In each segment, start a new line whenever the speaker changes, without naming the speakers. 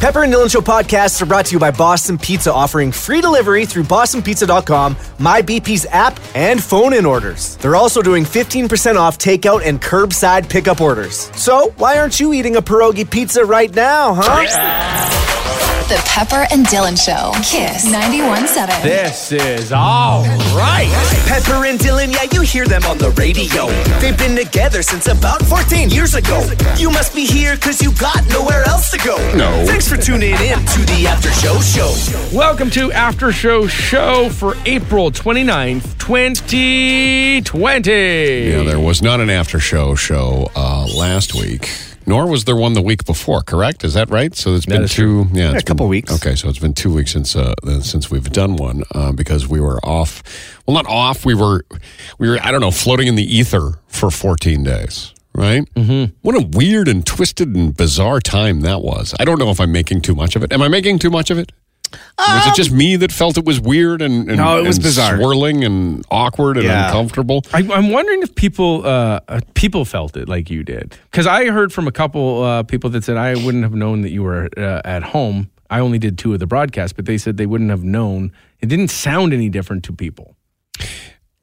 Pepper and Dylan Show podcasts are brought to you by Boston Pizza, offering free delivery through bostonpizza.com, my BP's app, and phone-in orders. They're also doing 15% off takeout and curbside pickup orders. So why aren't you eating a pierogi pizza right now, huh?
The Pepper and Dylan Show. Kiss 917.
This is all right.
Pepper and Dylan, yeah, you hear them on the radio. They've been together since about 14 years ago. You must be here because you got nowhere else to go. No. Thanks for tuning in to the After Show Show.
Welcome to After Show Show for April 29th, 2020.
Yeah, there was not an after show show uh, last week, nor was there one the week before. Correct? Is that right? So it's been
is
two. Yeah, it's
a couple
been-
weeks.
Okay, so it's been two weeks since uh, uh, since we've done one uh, because we were off. Well, not off. We were we were I don't know floating in the ether for 14 days. Right? Mm-hmm. What a weird and twisted and bizarre time that was. I don't know if I'm making too much of it. Am I making too much of it? was it just me that felt it was weird and, and
Um, No, it was
and
bizarre.
swirling and awkward and
Yeah.
uncomfortable?
I, I'm wondering if people uh, uh, people felt it like you did, because I heard from a couple uh, people that said I wouldn't have known that you were uh, at home. I only did two of the broadcasts, but they said they wouldn't have known. It didn't sound any different to people.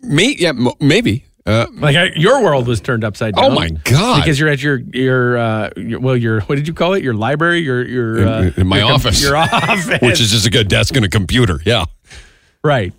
May, yeah, m- maybe. Uh,
Like I, your world was turned upside down.
Oh, my God.
Because you're at your your, uh, your well your what did you call it your library your your
In-
uh,
in my
your com-
office.
your office
which is just like a desk and a computer. Yeah.
right.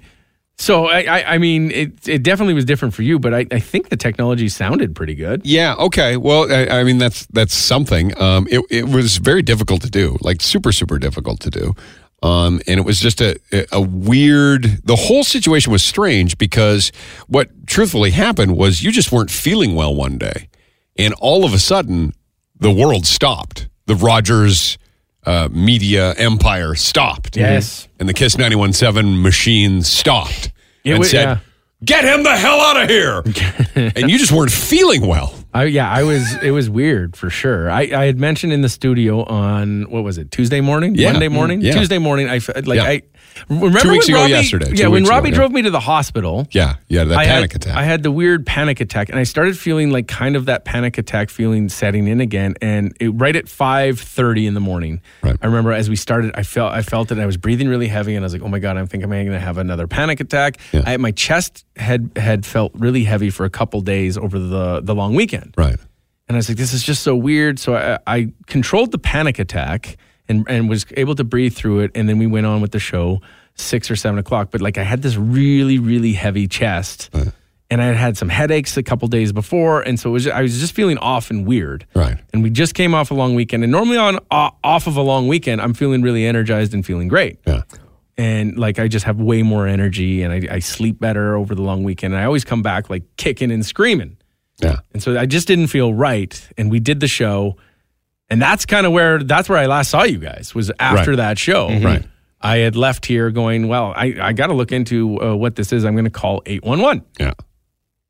So I, I, I mean it it definitely was different for you, but I, I think the technology sounded pretty good.
Yeah. Okay. Well, I, I mean, that's that's something. Um, it it was very difficult to do, like super super difficult to do. Um, and it was just a a weird. The whole situation was strange because what truthfully happened was you just weren't feeling well one day, and all of a sudden the world stopped. The Rogers uh, media empire stopped.
Yes.
And the Kiss 917 machine stopped
It
and
wa-
said,
yeah.
Get him the hell out of here. and you just weren't feeling well.
I, yeah, I was. It was weird for sure. I, I had mentioned in the studio on what was it Tuesday morning,
Yeah.
Monday morning,
Mm, yeah.
Tuesday morning. I fe- like
Yeah.
I remember
Two weeks
when
ago
Robbie-
yesterday, two
Yeah, when
weeks ago,
Robbie
yeah.
drove me to the hospital.
Yeah. Yeah. That
I
panic
had,
attack.
I had the weird panic attack, and I started feeling like kind of that panic attack feeling setting in again. And it, right at five thirty in the morning,
Right.
I remember as we started, I felt I felt it. I was breathing really heavy, and I was like, "Oh my god, I think I'm going to have another panic attack."
Yeah.
I, my chest had had felt really heavy for a couple days over the the long weekend.
right.
And I was like, this is just so weird. So I, I controlled the panic attack and, and was able to breathe through it. And then we went on with the show six or seven o'clock. But like I had this really, really heavy chest. And I had had some headaches a couple days before. And so it was, I was just feeling off and weird.
Right.
And we just came off a long weekend. And normally on uh, off of a long weekend, I'm feeling really energized and feeling great
Yeah.
and like I just have way more energy and I, I sleep better over the long weekend. And I always come back like kicking and screaming.
Yeah.
And so I just didn't feel right. And we did the show, and that's kind of where that's where I last saw you guys was after
Right.
that show.
Right.
I had left here going, well, I, I got to look into uh, what this is. I'm going to call 811.
Yeah.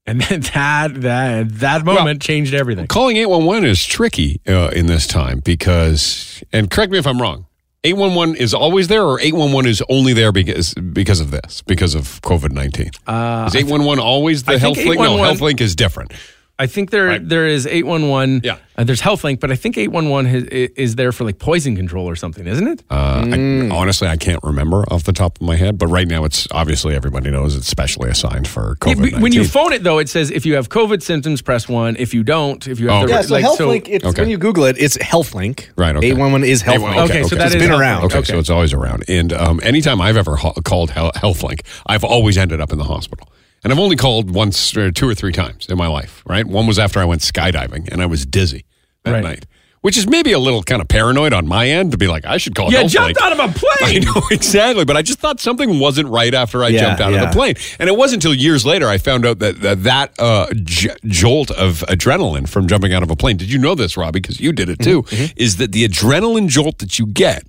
And then that that that moment changed everything.
Calling 811 is tricky uh, in this time because, and correct me if I'm wrong, 811 is always there or 811 is only there because because of this, because of COVID 19? Uh, is 811 always the
I think
health link? No,
811
health link is different.
I think there
Right.
there is 811.
Yeah.
Uh, there's HealthLink, but I think 811 is, is there for like poison control or something, isn't it?
Uh,
Mm.
I, honestly, I can't remember off the top of my head, but right now it's obviously everybody knows it's specially assigned for
Yeah,
COVID.
but when you phone it though, it says if you have COVID symptoms, press one. If you don't, if you have
Oh.
the
Yeah, so
like,
HealthLink, it's,
okay.
when you Google it, it's HealthLink.
Right, okay.
811 is HealthLink.
811, okay, Okay, so okay. that
it's
is
been
HealthLink.
around.
Okay,
Okay.
so it's always around. And um, anytime I've ever ho- called Hel- HealthLink, I've always ended up in the hospital. And I've only called once, or two or three times in my life, right? One was after I went skydiving and I was dizzy that
Right.
night, which is maybe a little kind of paranoid on my end to be like, I should call
you
HealthLink.
jumped out of a
I
plane.
know exactly, but I just thought something wasn't right after I
Yeah,
jumped out
yeah.
of the plane, and it wasn't until years later I found out that that, that uh, j- jolt of adrenaline from jumping out of a plane. Did you know this, Robbie? Because you did it
Mm-hmm,
too. Is that the adrenaline jolt that you get?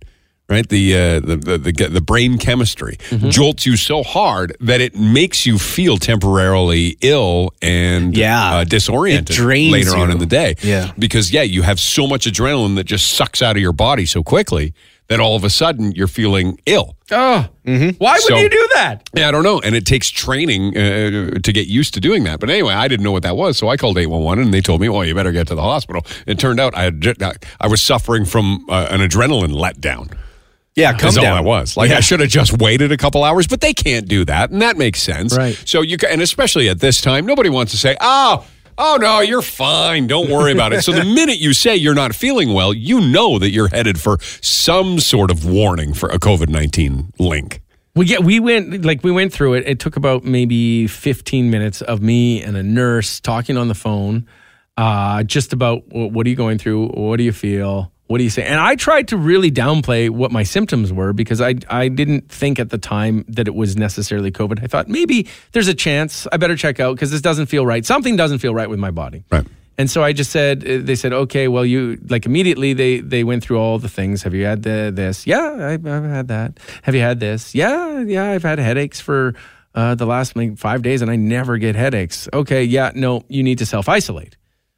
Right, the, uh, the the the the brain chemistry
Mm-hmm.
jolts you so hard that it makes you feel temporarily ill and
Yeah.
uh,
It
disoriented
drains
later on
you.
in the day
Yeah.
because yeah, you have so much adrenaline that just sucks out of your body so quickly that all of a sudden you're feeling ill. Mm-hmm.
Oh, why would
So-
you do that?
Yeah, I don't know. And it takes training uh, to get used to doing that. But anyway, I didn't know what that was. So I called 811 and they told me, well, you better get to the hospital. It turned out I, had, ju- I was suffering from uh, an adrenaline letdown.
Yeah, come
That's all
down.
I was. Like I should have just waited a couple hours, but they can't do that, and that makes sense.
Right.
So you ca- and especially at this time, nobody wants to say, "Oh, oh no, you're fine. Don't worry about it." So the minute you say you're not feeling well, you know that you're headed for some sort of warning for a COVID nineteen link.
Well, yeah, we went like we went through it. It took about maybe 15 minutes of me and a nurse talking on the phone, uh, just about wh- what are you going through, what do you feel, what do you say, and I tried to really downplay what my symptoms were because I I didn't think at the time that it was necessarily COVID. I thought maybe there's a chance I better check out because this doesn't feel right. Something doesn't feel right with my body.
Right.
And so I just said, uh, they said, okay, well, you like immediately they they went through all the things. Have you had the, this? Yeah, I, I've had that. Have you had this? Yeah, yeah, I've had headaches for uh, the last like five days, and I never get headaches. Okay, yeah, no, you need to self isolate.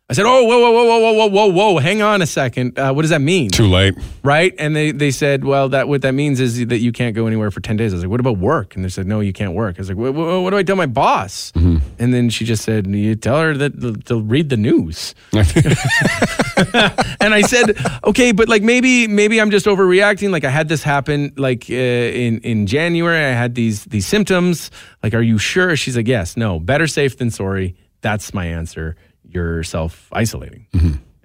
I said, oh, whoa, whoa, whoa, whoa, whoa, whoa, whoa, whoa, hang on a second. Uh, what does that mean?
Too late.
right? And they, they said, well, that what that means is that you can't go anywhere for 10 days. I was like, what about work? And they said, no, you can't work. I was like, what, what, what do I tell my boss? And then she just said, you tell her that to read the news. and I said, okay, but like maybe maybe I'm just overreacting. Like I had this happen like uh, in in January. I had these these symptoms. Like, are you sure? She's like, yes, no, better safe than sorry. That's my answer. You're self isolating.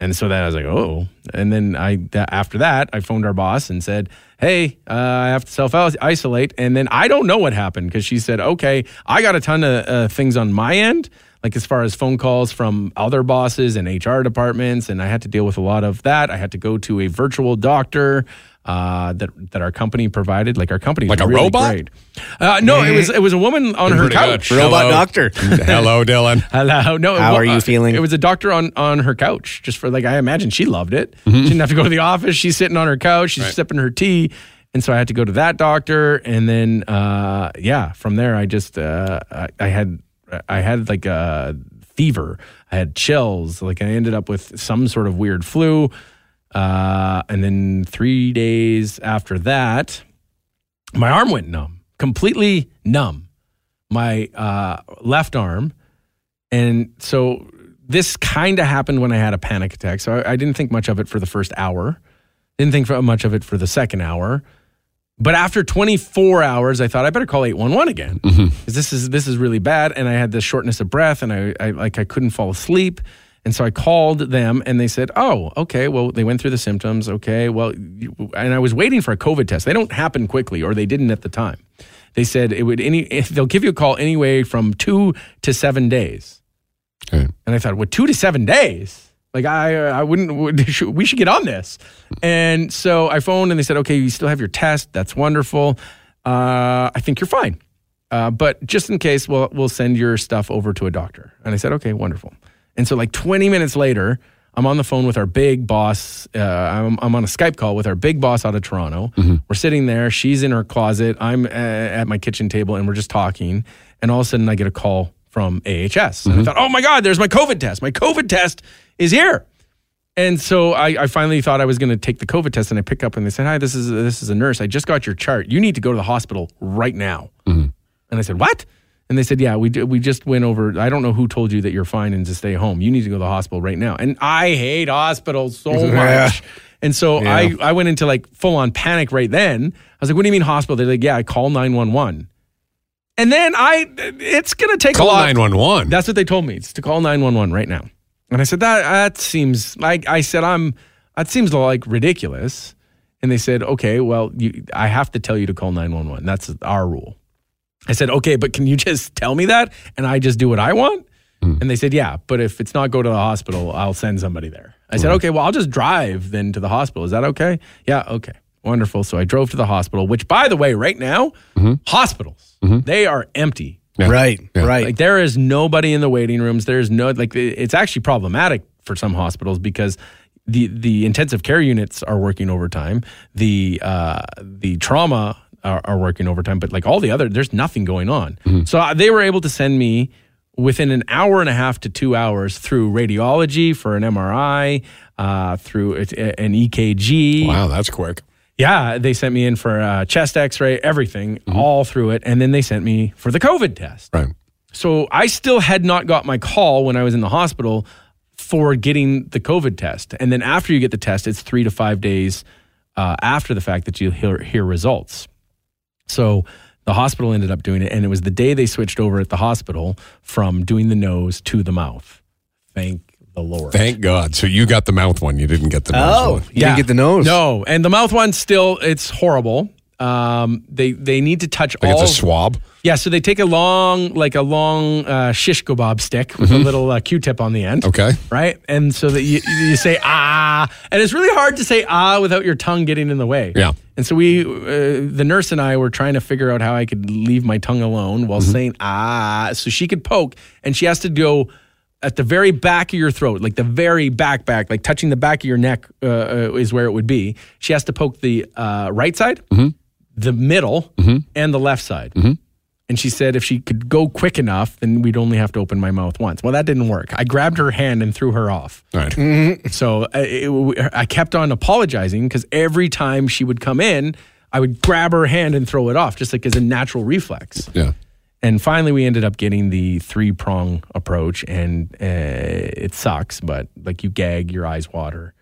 And so then I was like, oh. And then I tha- after that I phoned our boss and said, hey, uh, I have to self isolate. And then I don't know what happened because she said, okay, I got a ton of uh, things on my end like as far as phone calls from other bosses and HR departments, and I had to deal with a lot of that. I had to go to a virtual doctor uh, that that our company provided. Like our company,
Like a
really
robot?
Great. Uh, no, it was it was a woman on her
Pretty good.
couch.
Robot doctor.
Hello, Dylan.
Hello. No.
How
wa-
are you
uh,
feeling?
It was a doctor on on her couch, just for like I imagine she loved it.
Mm-hmm.
She didn't have to go to the office. She's sitting on her couch. She's sipping her tea. And so I had to go to that doctor, and then uh, yeah, from there I just uh, I, I had I had like a fever. I had chills. Like I ended up with some sort of weird flu. Uh, and then three days after that, my arm went numb, completely numb. My uh, left arm. And so this kind of happened when I had a panic attack. So I, I didn't think much of it for the first hour, didn't think for- much of it for the second hour. But after 24 hours, I thought I better call 811 again because this is this is really bad. And I had this shortness of breath, and I, I like I couldn't fall asleep. And so I called them, and they said, "Oh, okay. Well, they went through the symptoms. Okay. Well, you, and I was waiting for a COVID test. They don't happen quickly, or they didn't at the time. They said it would any. They'll give you a call anyway from two to seven days.
Okay.
And I thought, well, two to seven days. Like I, I wouldn't. would- should- We should get on this. And so I phoned, and they said, okay, you still have your test. That's wonderful. Uh, I think you're fine. Uh, but just in case, we'll we'll send your stuff over to a doctor. And I said, okay, wonderful. And so like 20 minutes later, I'm on the phone with our big boss. Uh, I'm, I'm on a Skype call with our big boss out of Toronto. We're sitting there. She's in her closet. I'm uh, at my kitchen table, and we're just talking. And all of a sudden, I get a call from AHS. And I thought, oh my God, there's my COVID test. My COVID test is here. And so I, I finally thought I was going to take the COVID test, and I pick up and they said, "Hi, this is this is a nurse. I just got your chart. You need to go to the hospital right now." And I said, "What?" And they said, "Yeah, we d- we just went over. I don't know who told you that you're fine and to stay home. You need to go to the hospital right now." And I hate hospitals so much. And so I, I went into like full on panic right then. I was like, "What do you mean hospital?" They're like, "Yeah, I call 911." And then I it's going to take a
Call
lot
nine one one.
that's what they told me. It's to call 911 right now. And I said, that, that seems like, I said, I'm, that seems like ridiculous. And they said, okay, well, you, I have to tell you to call 911. That's our rule. I said, okay, but can you just tell me that? And I just do what I want? And they said, yeah, but if it's not go to the hospital, I'll send somebody there. I said, okay, well, I'll just drive then to the hospital. Is that okay? Yeah, okay. Wonderful. So I drove to the hospital, which, by the way, right now, hospitals, they are empty
Right, right.
like there is nobody in the waiting rooms. There's no like it- it's actually problematic for some hospitals because the the intensive care units are working overtime. The uh, the trauma are, are working overtime, but like all the other, there's nothing going on. So uh, they were able to send me within an hour and a half to two hours through radiology for an MRI, uh, through it- an EKG.
e Wow, that's quick.
Yeah, they sent me in for uh, chest X-ray, everything, all through it, and then they sent me for the COVID test.
Right.
So I still had not got my call when I was in the hospital for getting the COVID test. And then after you get the test, it's three to five days uh, after the fact that you hear, hear results. So the hospital ended up doing it. And it was the day they switched over at the hospital from doing the nose to the mouth. Thank the Lord.
Thank God. So you got the mouth one. You didn't get the nose
Oh,
one.
you didn't get the nose.
No, and the mouth one still it's horrible. Um, they they need to touch
Like
all
it's a swab.
Yeah, so they take a long, like a long uh, shish kebab stick with a little uh, Q-tip on the end.
Mm-hmm. Okay.
Right, and so that you, you say ah, and it's really hard to say ah without your tongue getting in the way.
Yeah.
And so we, uh, the nurse and I, were trying to figure out how I could leave my tongue alone while
Mm-hmm.
saying ah, so she could poke, and she has to go at the very back of your throat, like the very back back, like touching the back of your neck uh, uh, is where it would be. She has to poke the uh, right side,
Mm-hmm.
the middle, and the left side. And she said if she could go quick enough, then we'd only have to open my mouth once. Well, that didn't work. I grabbed her hand and threw her off.
All right.
So I, it, I kept on apologizing because every time she would come in, I would grab her hand and throw it off, just like as a natural reflex.
Yeah.
And finally, we ended up getting the three prong approach, and uh, it sucks, but like you gag, your eyes water,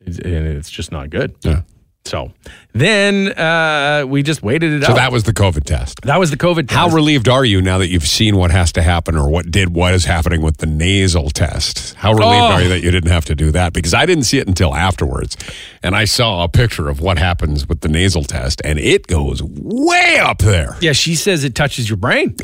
and it's, it's and it's just not good.
Yeah.
So then uh, we just waited it
So
out.
that was the COVID test.
That was the COVID test.
How relieved are you now that you've seen what has to happen or what did what is happening with the nasal test? How relieved
Oh.
are you that you didn't have to do that? Because I didn't see it until afterwards. And I saw a picture of what happens with the nasal test and it goes way up there.
yeah, she says it touches your brain.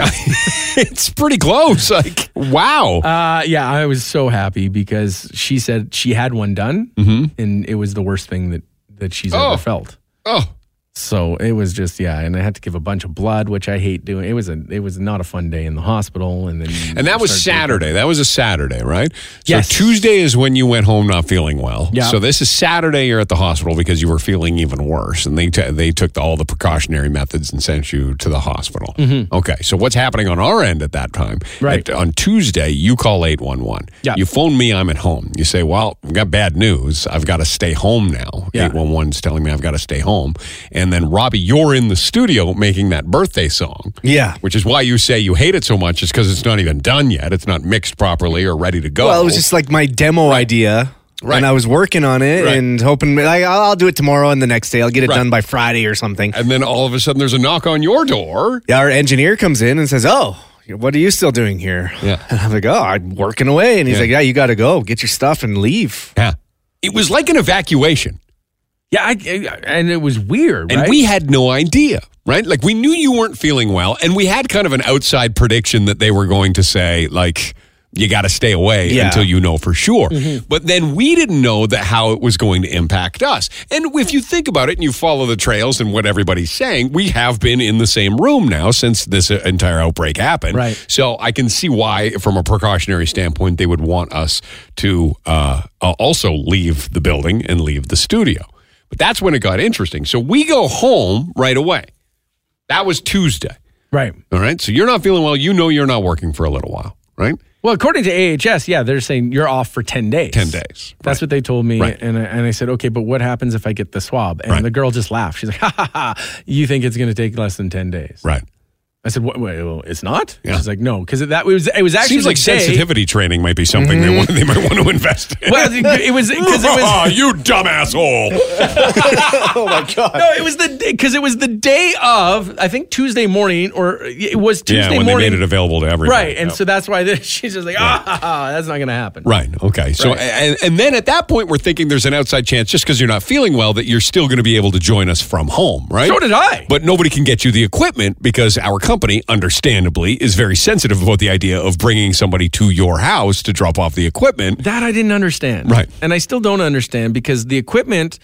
It's pretty close. Like, wow.
Uh, yeah, I was so happy because she said she had one done, and it was the worst thing that that she's
Mm-hmm. Oh.
ever felt.
oh,
So it was just yeah, and I had to give a bunch of blood, which I hate doing. It was a it was not a fun day in the hospital, and then
and that was
started-
Saturday. That was a Saturday, right?
Yes.
So Tuesday is when you went home not feeling well.
Yeah.
So this is Saturday. You're at the hospital because you were feeling even worse, and they t- they took the, all the precautionary methods and sent you to the hospital. Okay. So what's happening on our end at that time?
Mm-hmm. Right.
At- on Tuesday, you call eight one one.
Yeah.
You phone me. I'm at home. You say, "Well, I've got bad news. I've got to stay home now."
Yeah.
Eight one one's telling me I've got to stay home, and then Robbie, you're in the studio making that birthday song
Yeah.
which is why you say you hate it so much is because it's not even done yet. It's not mixed properly or ready to go.
Well, it was just like my demo idea.
Oh. Right.
And I was working on it
Right.
and hoping, like, I'll, I'll do it tomorrow and the next day. I'll get it
Right.
done by Friday or something.
and then all of a sudden, there's a knock on your door.
Yeah, Our engineer comes in and says, Oh, what are you still doing here?
Yeah.
And I'm like, Oh, I'm working away. And he's
Yeah.
like, Yeah, you got to go. Get your stuff and leave.
Yeah, it was like an evacuation,
Yeah, I, I- and it was weird.
and
right?
we had no idea. Right, like we knew you weren't feeling well, and we had kind of an outside prediction that they were going to say like. You got to stay away
Yeah.
until you know for sure. But then we didn't know that how it was going to impact us. And if you think about it and you follow the trails and what everybody's saying, we have been in the same room now since this uh, entire outbreak happened.
Right.
So I can see why, from a precautionary standpoint, they would want us to uh, uh, also leave the building and leave the studio. But that's when it got interesting. So we go home right away. That was Tuesday.
right.
All right. So you're not feeling well. You know you're not working for a little while, right?
Well, according to AHS, yeah, they're saying you're off for ten days.
10 days.
That's what they told me,
Right.
and I, and I said, okay, but what happens if I get the swab? And
Right.
the girl just laughed. She's like, ha ha ha! You think it's going to take less than ten days?
Right.
I said, "What? Wait, well, it's not."
Yeah.
She's like, "No, because that it was it was actually
Seems
the
like
day-
sensitivity training might be something they, want, they might want to invest in.
Well, it was because it
Ah,
was
you dumb asshole.
Oh, my God.
no, it was the because it was the day of I think Tuesday morning or it was Tuesday
yeah, when
morning,
they made it available to everybody.
right? And
Yeah.
so that's why the, she's just like, "Ah, ha, ha, that's not going to happen."
Right. Okay. So, and, and then at that point, we're thinking there's an outside chance just because you're not feeling well that you're still going to be able to join us from home, right?
So did I.
But nobody can get you the equipment because our company, understandably, is very sensitive about the idea of bringing somebody to your house to drop off the equipment.
That I didn't understand.
Right.
And I still don't understand because the equipment,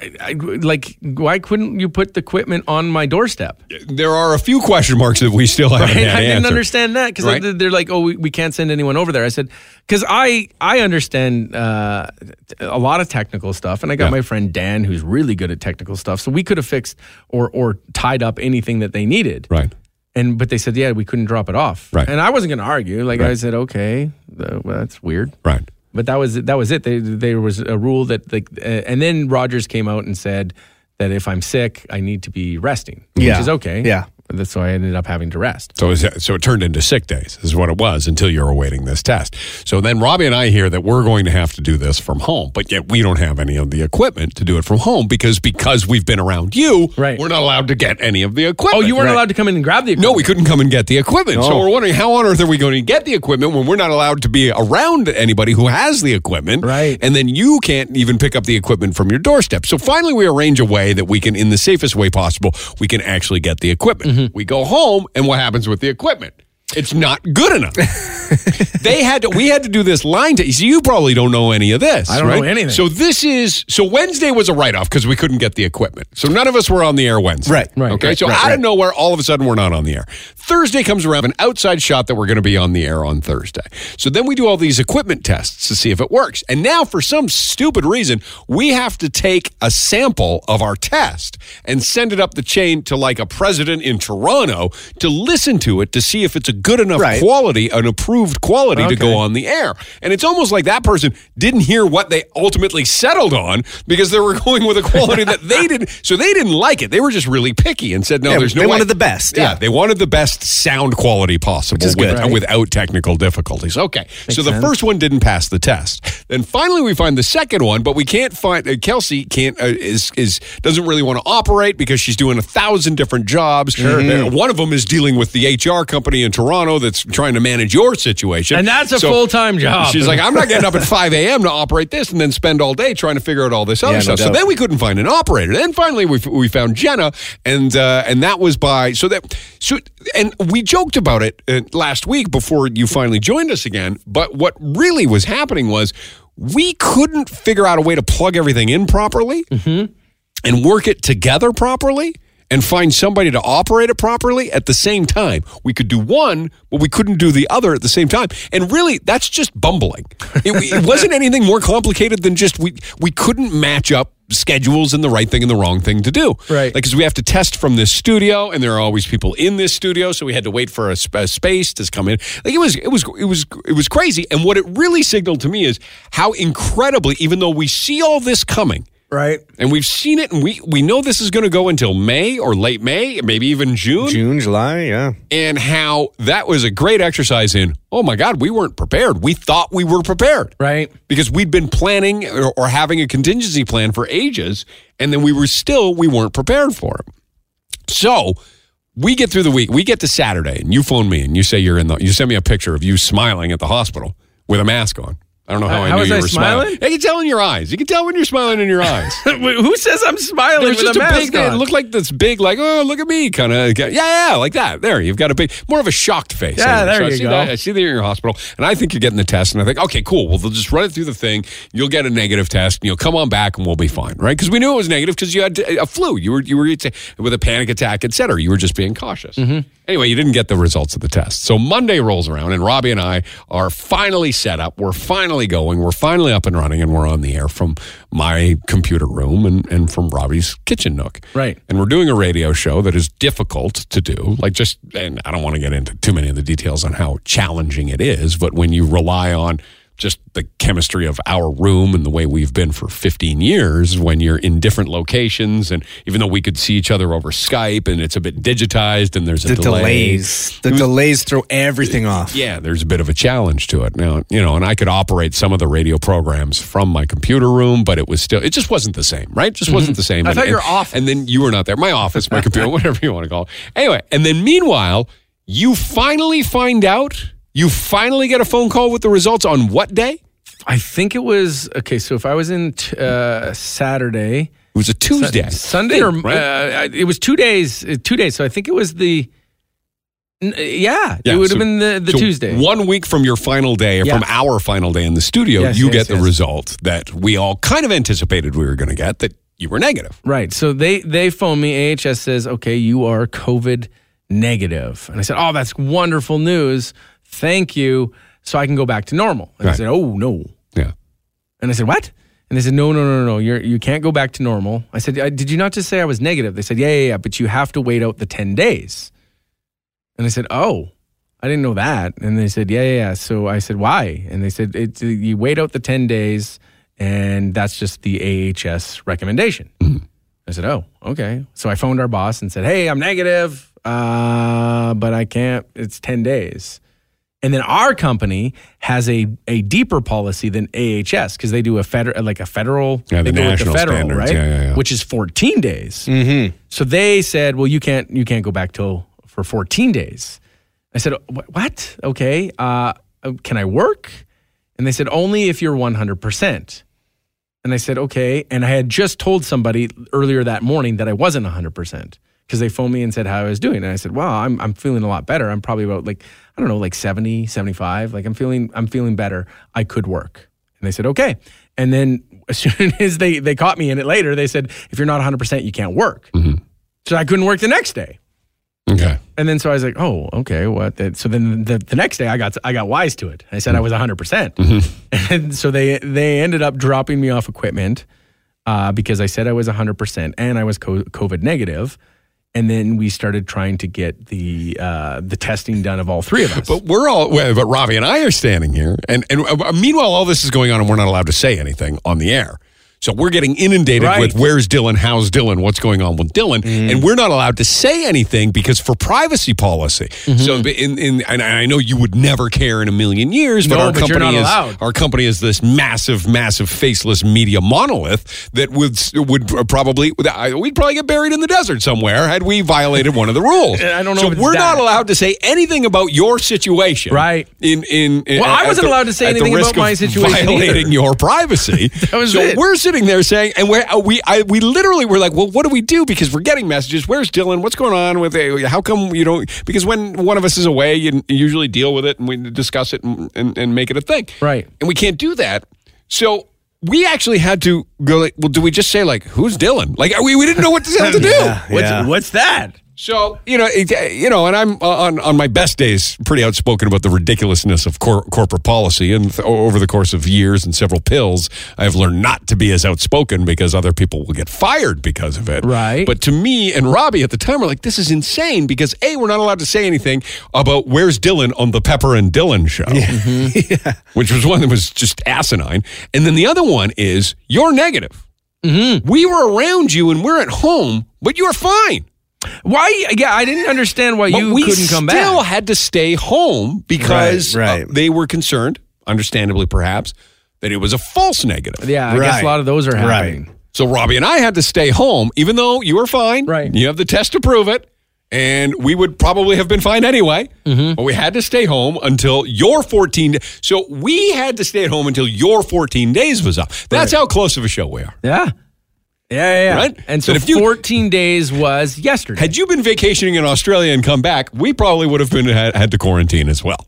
I, I- like, why couldn't you put the equipment on my doorstep?
There are a few question marks that we still haven't
Right?
had
I didn't
answered.
understand that because
Right.
they're, like, oh, we, we can't send anyone over there. I said, because I I understand uh, t- a lot of technical stuff, and I got
Yeah.
my friend Dan who's really good at technical stuff, so we could have fixed or or tied up anything that they needed.
Right.
And but they said, yeah, we couldn't drop it off.
Right.
And I wasn't going to argue. Like I said, okay, th- well, that's weird.
Right.
But that was that was it. They, there was a rule that like, uh, and then Rogers came out and said that if I'm sick, I need to be resting,
Yeah.
which is okay.
Yeah.
That's so I ended up having to rest.
So, is that- so it turned into sick days, is what it was until you're awaiting this test. So then Robbie and I hear that we're going to have to do this from home, but yet we don't have any of the equipment to do it from home because because we've been around you,
Right.
we're not allowed to get any of the equipment.
Oh, you weren't allowed to come in and grab the
No,
equipment.
we couldn't come and get the equipment. So
No.
we're wondering how on earth are we going to get the equipment when we're not allowed to be around anybody who has the equipment?
Right.
And then you can't even pick up the equipment from your doorstep. So finally, we arrange a way that we can, in the safest way possible, we can actually get the equipment.
Mm-hmm.
We go home, and what happens with the equipment? It's not good enough. they had to, we had to do this line test. You probably don't know any of this.
I don't know
right?
anything.
So this is so Wednesday was a write off because we couldn't get the equipment. So none of us were on the air Wednesday.
Right,
right,
Okay.
right,
so
right,
out of
right.
nowhere, all of a sudden, we're not on the air. Thursday comes around, an outside shot that we're going to be on the air on Thursday. So then we do all these equipment tests to see if it works. And now, for some stupid reason, we have to take a sample of our test and send it up the chain to like a president in Toronto to listen to it to see if it's a good enough
Right.
quality, an approved quality to go
Okay.
on on the air. And it's almost like that person didn't hear what they ultimately settled on because they were going with a quality that they didn't. So they didn't like it. They were just really picky and said, no,
Yeah,
there's no
they
way."
wanted the best, yeah.
they wanted the best sound quality possible
is good,
with-
right?
without technical difficulties. Okay. so the
sense.
first one didn't pass the test. Then finally we find the second one, but we can't find uh, Kelsey can't uh, is is doesn't really want to operate because she's doing a thousand different jobs. Sure. one of them is dealing with the HR company in Toronto that's trying to manage your situation.
And that's a full-time job.
She's like, I'm not getting up at 5 a.m. to operate this and then spend all day trying to figure out all this other
Yeah, no
stuff. so
doubt.
then we couldn't find an operator. Then finally we, f- we found Jenna, and uh, and that was by so that so and we joked about it uh, last week before you finally joined us again. But what really was happening was we couldn't figure out a way to plug everything in properly and work it together properly and find somebody to operate it properly at the same time. We could do one, but we couldn't do the other at the same time. And really, that's just bumbling. It, it wasn't anything more complicated than just we we couldn't match up schedules and the right thing and the wrong thing to do.
Right.
Like because we have to test from this studio, and there are always people in this studio, so we had to wait for a, sp- a space to come in. Like it was, it was, it was, it was crazy. And what it really signaled to me is how incredibly, even though we see all this coming,
Right.
and we've seen it, and we we know this is going to go until May or late May, maybe even June.
June, July, yeah.
And how that was a great exercise in. Oh my God, we weren't prepared. We thought we were prepared,
Right.
Because we'd been planning or, or having a contingency plan for ages, and then we were still we weren't prepared for it. So we get through the week. We get to Saturday, and you phone me, and you say you're in the. You send me a picture of you smiling at the hospital with a mask on. I don't know how
Uh,
I
how
knew
was
you
I
were smiling.
smiling?
I can tell in your eyes. You can tell when you're smiling in your eyes.
Who says I'm smiling
It was
with
just
a mask
big. It
on?
looked like this big, like oh look at me, kind of. Yeah, yeah, like that. There, you've got a big, more of a shocked face.
Yeah,
Anyway,
there
so I
you
see
go.
That, I see that you're in your hospital, and I think you're getting the test, and I think okay, cool. Well, they'll just run it through the thing. You'll get a negative test, and you'll come on back, and we'll be fine, right? Because we knew it was negative because you had uh, a flu. You were you were with a panic attack, et cetera. You were just being cautious. Anyway, you didn't get the results of the test. So Monday rolls around, and Robbie and I are finally set up. We're finally going. We're finally up and running, and we're on the air from my computer room and, and from Robbie's kitchen nook.
Right.
And we're doing a radio show that is difficult to do. Like, just, and I don't want to get into too many of the details on how challenging it is, but when you rely on just the chemistry of our room and the way we've been for 15 years, when you're in different locations, and even though we could see each other over Skype and it's a bit digitized and there's a
The
delay.
delays. The delays throw everything off.
Yeah, there's a bit of a challenge to it. Now, you know, and I could operate some of the radio programs from my computer room, but it was still, it just wasn't the same, right? Just wasn't the same.
Mm-hmm. I thought
and,
your
and-
office-
And then you were not there. My office, my computer, whatever you want to call it. Anyway, and then meanwhile, you finally find out, you finally get a phone call with the results on what day? It
I think it was okay. So if I was in t- uh, Saturday,
was a Tuesday.
Sunday, or
Right?
uh, it was two days. uh, Two days. So I think it was the. n- Yeah,
Yeah,
it would
so-
have been the, the
so
Tuesday.
One week from your final day, or
Yeah.
from our final day in the studio,
Yes,
you
yes,
get the
yes.
result that we all kind of anticipated we were going to get, that you were negative.
Right. So they they phone me. AHS says, "Okay, you are COVID negative." And I said, "Oh, that's wonderful news. Thank you." So I can go back to normal. And
Right.
they said, "Oh no."
Yeah.
And I said, "What?" And they said, "No, no, no, no. You're you can't go back to normal." I said, I, "Did you not just say I was negative?" They said, "Yeah, yeah, yeah, but you have to wait out the 10 days." And I said, "Oh." I didn't know that. And they said, yeah, yeah, yeah. So I said, why? And they said, it's, you wait out the 10 days, and that's just the AHS recommendation.
Mm-hmm.
I said, oh, okay. So I phoned our boss and said, hey, I'm negative, uh, but I can't, it's 10 days. And then our company has a, a deeper policy than AHS because they do a federal like a federal
Yeah, the
they go with
national
federal
standards.
right
Yeah, yeah, Mm-hmm. yeah.
which is 14 days. So they said, well, you can't you can't go back till for 14 days. I said, "Wh- what? Okay, uh, can I work? And they said only if you're 100 percent. And I said, okay. And I had just told somebody earlier that morning that I wasn't 100% because they phoned me and said how I was doing. And I said, wow, I'm, I'm feeling a lot better. I'm probably about like, I don't know, like 70, 75. Like I'm feeling, I'm feeling better. I could work. And they said, okay. And then as soon as they, they caught me in it later, they said, if you're not 100%, you can't work. So I couldn't work the next day.
Okay.
And then so I was like, oh, okay, what? the- So then the, the next day I got I got wise to it. I said I was 100. percent
Mm-hmm.
And so they they ended up dropping me off equipment uh, because I said I was 100 percent and I was co- COVID negative. And then we started trying to get the uh, the testing done of all three of us.
But we're all, well, but Ravi and I are standing here, and and uh, meanwhile, all this is going on, and we're not allowed to say anything on the air. So we're getting inundated
Right. Mm-hmm.
with where's Dylan, how's Dylan, what's going on with Dylan, and we're not allowed to say anything because for privacy policy. So
Mm-hmm.
in, in and I know you would never care in a million years, but
No,
our
but you're
company
not
is
allowed.
our company is this massive, massive faceless media monolith that would would probably we'd probably get buried in the desert somewhere had we violated one of the rules.
I don't know
So
if it's
we're not
that.
allowed to say anything about your situation,
Right.
In in, in
Well, I
at
wasn't
the-
allowed to say
at the
anything
risk
about my
of
situation
violating
either.
your privacy.
was
so
it.
we're sitting there saying, and we're, uh, we I, we literally were like, well, what do we do? Because we're getting messages. Where's Dylan? What's going on with it? How come you don't? Because when one of us is away, you usually deal with it and we discuss it and and, and make it a thing,
Right.
And we can't do that, so. We actually had to go. Like, well, do we just say like, "Who's Dylan?" Like, we, we didn't know what the hell to do.
what's
yeah.
what's that?
So you know, it, you know, and I'm uh, on on my best days pretty outspoken about the ridiculousness of cor- corporate policy. And th- over the course of years and several pills, I've learned not to be as outspoken because other people will get fired because of it.
Right.
But to me and Robbie at the time, were like, "This is insane," because a we're not allowed to say anything about where's Dylan on the Pepper and Dylan show, which was one that was just asinine. And then the other one is you're negative. We were around you and we're at home, but you're fine.
Why? Yeah, I didn't understand why
But
you
we
couldn't come
still
back.
had to stay home
Right,
because uh,
right.
they were concerned, understandably perhaps, that it was a false negative.
Yeah, I guess
Right.
a lot of those are
Right.
happening.
So Robbie and I had to stay home, even though you were fine.
Right.
You have the test to prove it. And we would probably have been fine anyway.
Mm-hmm.
But we had to stay home until your 14. So we had to stay at home until your 14 days was up. That's how close of a show we are.
Yeah, yeah, yeah. yeah.
Right?
And so
But if you-
14 days was yesterday.
Had you been vacationing in Australia and come back, we probably would have been had, had to quarantine as well.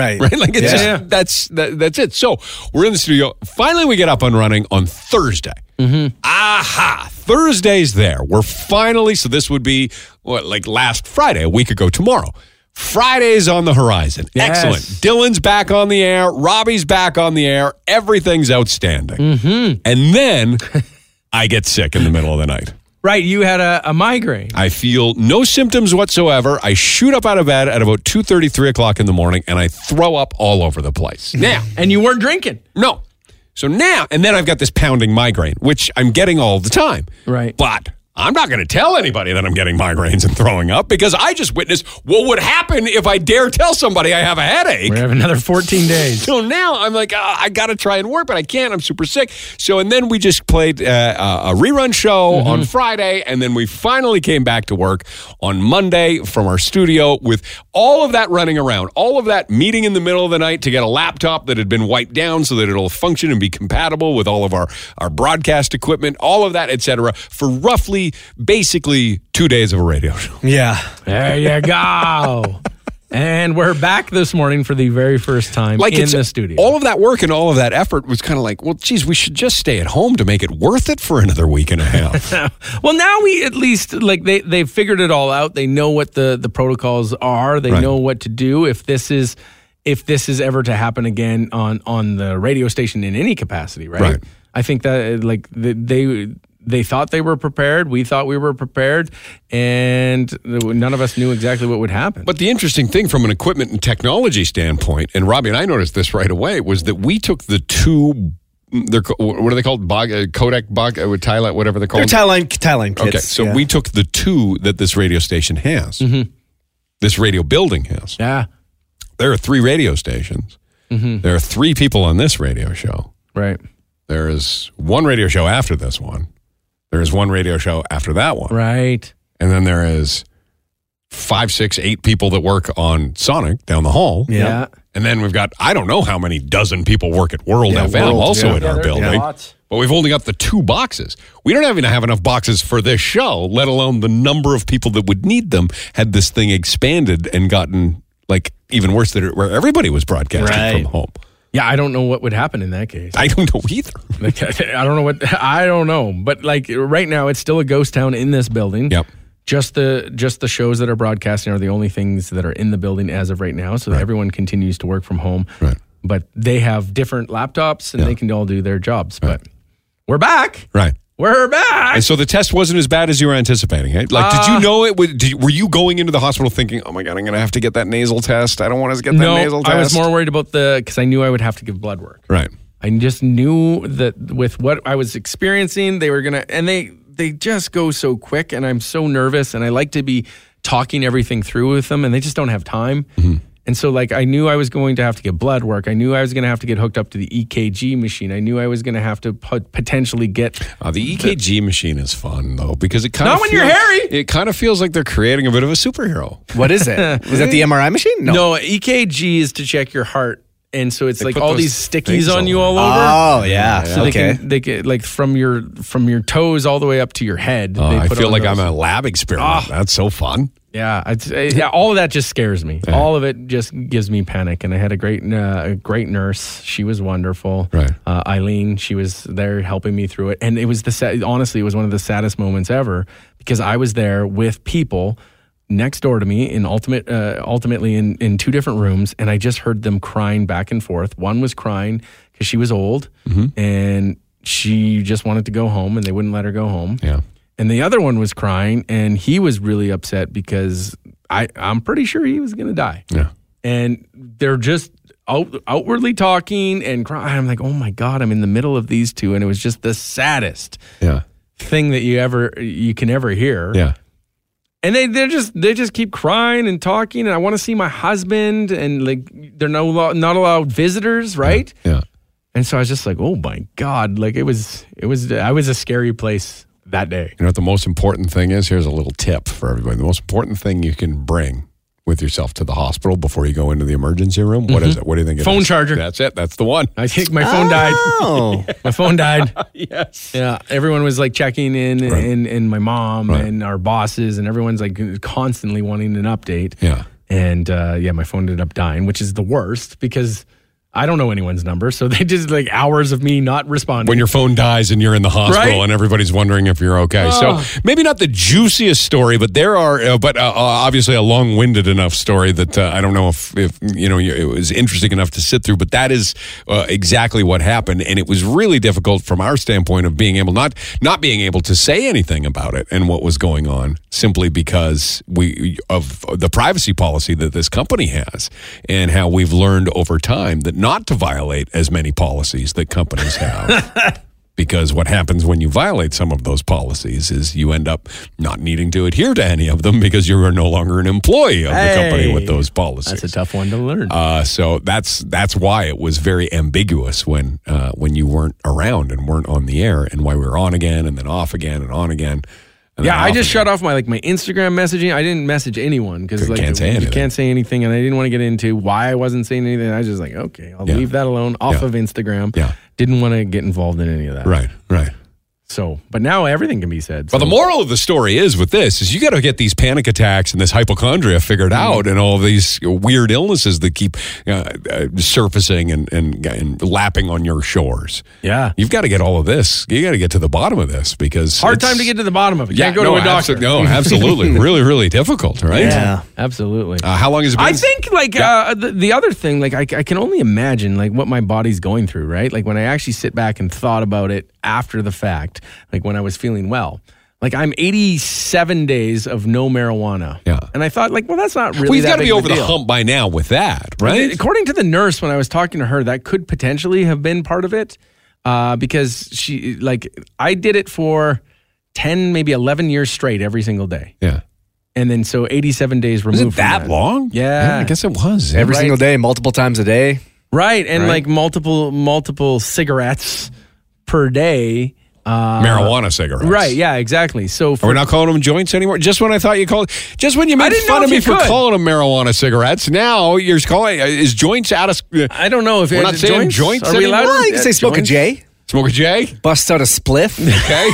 Right.
right? Like it's
yeah.
just that's that, that's it. So we're in the studio. Finally, we get up and running on Thursday.
Mm-hmm.
Aha! Thursday's there. We're finally. So this would be what like last Friday, a week ago tomorrow. Friday's on the horizon.
Yes.
Excellent. Dylan's back on the air. Robbie's back on the air. Everything's outstanding.
Mm-hmm.
And then I get sick in the middle of the night.
Right, you had a, a migraine.
I feel no symptoms whatsoever. I shoot up out of bed at about 2.30, 3 o'clock in the morning, and I throw up all over the place. Now,
And you weren't drinking.
no. So now, and then I've got this pounding migraine, which I'm getting all the time.
Right.
But I'm not going to tell anybody that I'm getting migraines and throwing up because I just witnessed what would happen if I dare tell somebody I have a headache.
We have another 14 days.
So now I'm like, "Ah, I got to try and work, but I can't. I'm super sick. So, and then we just played uh, a a rerun show on Friday, and then we finally came back to work on Monday from our studio with all of that running around, all of that meeting in the middle of the night to get a laptop that had been wiped down so that it'll function and be compatible with all of our, our broadcast equipment, all of that, etc., for roughly basically two days of a radio show.
Yeah.
There you go. and we're back this morning for the very first time in
it's-
the studio.
All of that work and all of that effort was kind of like, well, geez, we should just stay at home to make it worth it for another week and a half.
well, now we at least like they they've figured it all out. They know what the the protocols are. They
Right.
know what to do if this is if this is ever to happen again on on the radio station in any capacity, right?
Right.
I think that uh, like the, they they thought they were prepared. We thought we were prepared, and none of us knew exactly what would happen.
But the interesting thing from an equipment and technology standpoint, and Robbie and I noticed this right away, was that we took the two. They're co- what are they called? Bog, uh, Kodak Bog, uh, Thailand, whatever they're
They're
called.
tie line, tie line kits.
okay, so
yeah.
we took the two that this radio station has.
Mm-hmm.
This radio building has.
yeah,
There are three radio stations.
Mm-hmm.
There are three people on this radio show.
right,
There is one radio show after this one. There is one radio show after that one.
right.
And then there is five, six, eight people that work on Sonic down the hall.
Yeah.
And then we've got I don't know how many dozen people work at World
Yeah,
FM
World,
also
yeah.
in
Yeah,
our
there's
building.
lots.
But we've only got the two boxes. We don't even have enough boxes for this show, let alone the number of people that would need them had this thing expanded and gotten like even worse than it, where everybody was broadcasting
Right.
from home.
Yeah, I don't know what would happen in that case.
I don't know either.
Like, I don't know what I don't know, but like right now, it's still a ghost town in this building.
Yep.
Just the just the shows that are broadcasting are the only things that are in the building as of right now. So everyone continues to work from home.
Right.
But they have different laptops and they can all do their jobs. But we're back.
Right.
We're back.
And so the test wasn't as bad as you were anticipating, right? Like,
Uh,
did you know it? Would, did, were you going into the hospital thinking, "Oh my god, I'm going to have to get that nasal test. I don't want to get that
no,
nasal test."
I was more worried about the because I knew I would have to give blood work.
right.
I just knew that with what I was experiencing, they were gonna, and they they just go so quick, and I'm so nervous, and I like to be talking everything through with them, and they just don't have time.
Mm-hmm.
And so, like, I knew I was going to have to get blood work. I knew I was going to have to get hooked up to the EKG machine. I knew I was going to have to put, potentially get.
Uh, the EKG machine is fun though because it kind
Not
of
when you're hairy!
It kind of feels like they're creating a bit of a superhero.
What is it? Was that the MRI machine? No.
No, EKG is to check your heart, and so it's like
put
all
those
these
things
stickies on
on Ah,
you
there.
all over.
Oh yeah.
So
okay.
they can, they can like from your from your toes all the way up to your head.
Uh,
they
I
put
feel
on
like
those. Ah.
I'm at a lab experiment. That's so fun.
Yeah, it's, uh, yeah. All of that just scares me. All of it just gives me panic. And I had a great, uh, a great nurse. She was wonderful.
Right.
uh, Eileen. She was there helping me through it, and it was the sa- honestly, it was one of the saddest moments ever because I was there with people next door to me in ultimate, uh, ultimately in in two different rooms, and I just heard them crying back and forth. One was crying because she was old,
Mm-hmm.
and she just wanted to go home, and they wouldn't let her go home.
Yeah.
And the other one was crying, and he was really upset because I, I'm pretty sure he was going to die.
Yeah.
And they're just out, outwardly talking and crying. I'm like, oh my God, I'm in the middle of these two. And it was just the saddest
Yeah.
thing that you ever, you can ever hear.
Yeah.
And they, they're just, they just keep crying and talking. And I want to see my husband. And like, they're no, lo- not allowed visitors, right?
Yeah.
And so I was just like, oh my God. Like it was, it was, I was a scary place that day.
You know what the most important thing is? Here's a little tip for everybody. The most important thing you can bring with yourself to the hospital before you go into the emergency room. What is it? What do you think? it
Mm-hmm. Phone
is?
charger.
That's it. That's the one.
I think my phone died.
Oh.
My phone died.
Yes.
yeah, everyone was like checking in,
Right.
and and my mom
Right.
and our bosses, and everyone's like constantly wanting an update.
Yeah.
And uh, yeah, my phone ended up dying, which is the worst because I don't know anyone's number, so they just like hours of me not responding.
When your phone dies and you're in the hospital
Right?
and everybody's wondering if you're okay. So maybe not the juiciest story, but there are, uh, but uh, uh, obviously a long-winded enough story that uh, I don't know if, if you know you- it was interesting enough to sit through. But that is uh, exactly what happened, and it was really difficult from our standpoint of being able not not being able to say anything about it and what was going on, simply because we of the privacy policy that this company has and how we've learned over time that not to violate as many policies that companies have because what happens when you violate some of those policies is you end up not needing to adhere to any of them because you are no longer an employee of the company
Hey.
with those policies.
that's a tough one to learn.
uh, so that's that's why it was very ambiguous when uh, when you weren't around and weren't on the air, and why we were on again and then off again and on again. and then
yeah, I
off
just
again.
shut off my like my Instagram messaging. I didn't message anyone because like
can't say
you
anything.
can't say anything, and I didn't want to get into why I wasn't saying anything. I was just like, okay, I'll
Yeah.
leave that alone off
Yeah.
of Instagram.
Yeah.
didn't want to get involved in any of that.
Right, right.
So, but now everything can be said.
Well,
so-
the moral of the story is with this is you got to get these panic attacks and this hypochondria figured
Mm-hmm.
out, and all these weird illnesses that keep uh, uh, surfacing and, and and lapping on your shores.
yeah.
You've got to get all of this. You got to get to the bottom of this because
Hard
it's-
time to get to the bottom of it.
Yeah,
Can't go
no,
to a doctor.
abso- no, absolutely, really, really difficult. Right?
Yeah.
Absolutely.
Uh, how long has it been?
I think like uh, the, the other thing, like I, I can only imagine like what my body's going through, right? Like when I actually sit back and thought about it after the fact, like when I was feeling well. Like I'm 87 days of no marijuana.
Yeah.
And I thought, like, well, that's not really.
We've
got to
be over the
deal.
hump by now with that, right?
According to the nurse, when I was talking to her, that could potentially have been part of it, uh, because she like I did it for ten, maybe eleven years straight, every single day,
Yeah.
and then so eighty-seven days
Was
removed.
it
from
that long?
Yeah.
I guess it was.
Every
Every
single day, multiple times a day.
right? And
Right.
like multiple multiple cigarettes per day. Uh,
marijuana cigarettes.
right? Yeah, exactly. So
Are
for,
we not calling them joints anymore? Just when I thought you called, just when you made
didn't know
fun
if
of me
you
for
could.
calling them marijuana cigarettes, now you're calling uh, is joints out of uh,
I don't know if
We're
it-
not saying joints
Are we
anymore?
allowed?
Well, Ah, you can
uh,
say smoke
joints?
a J,
smoke a J?
bust out a spliff,
Okay,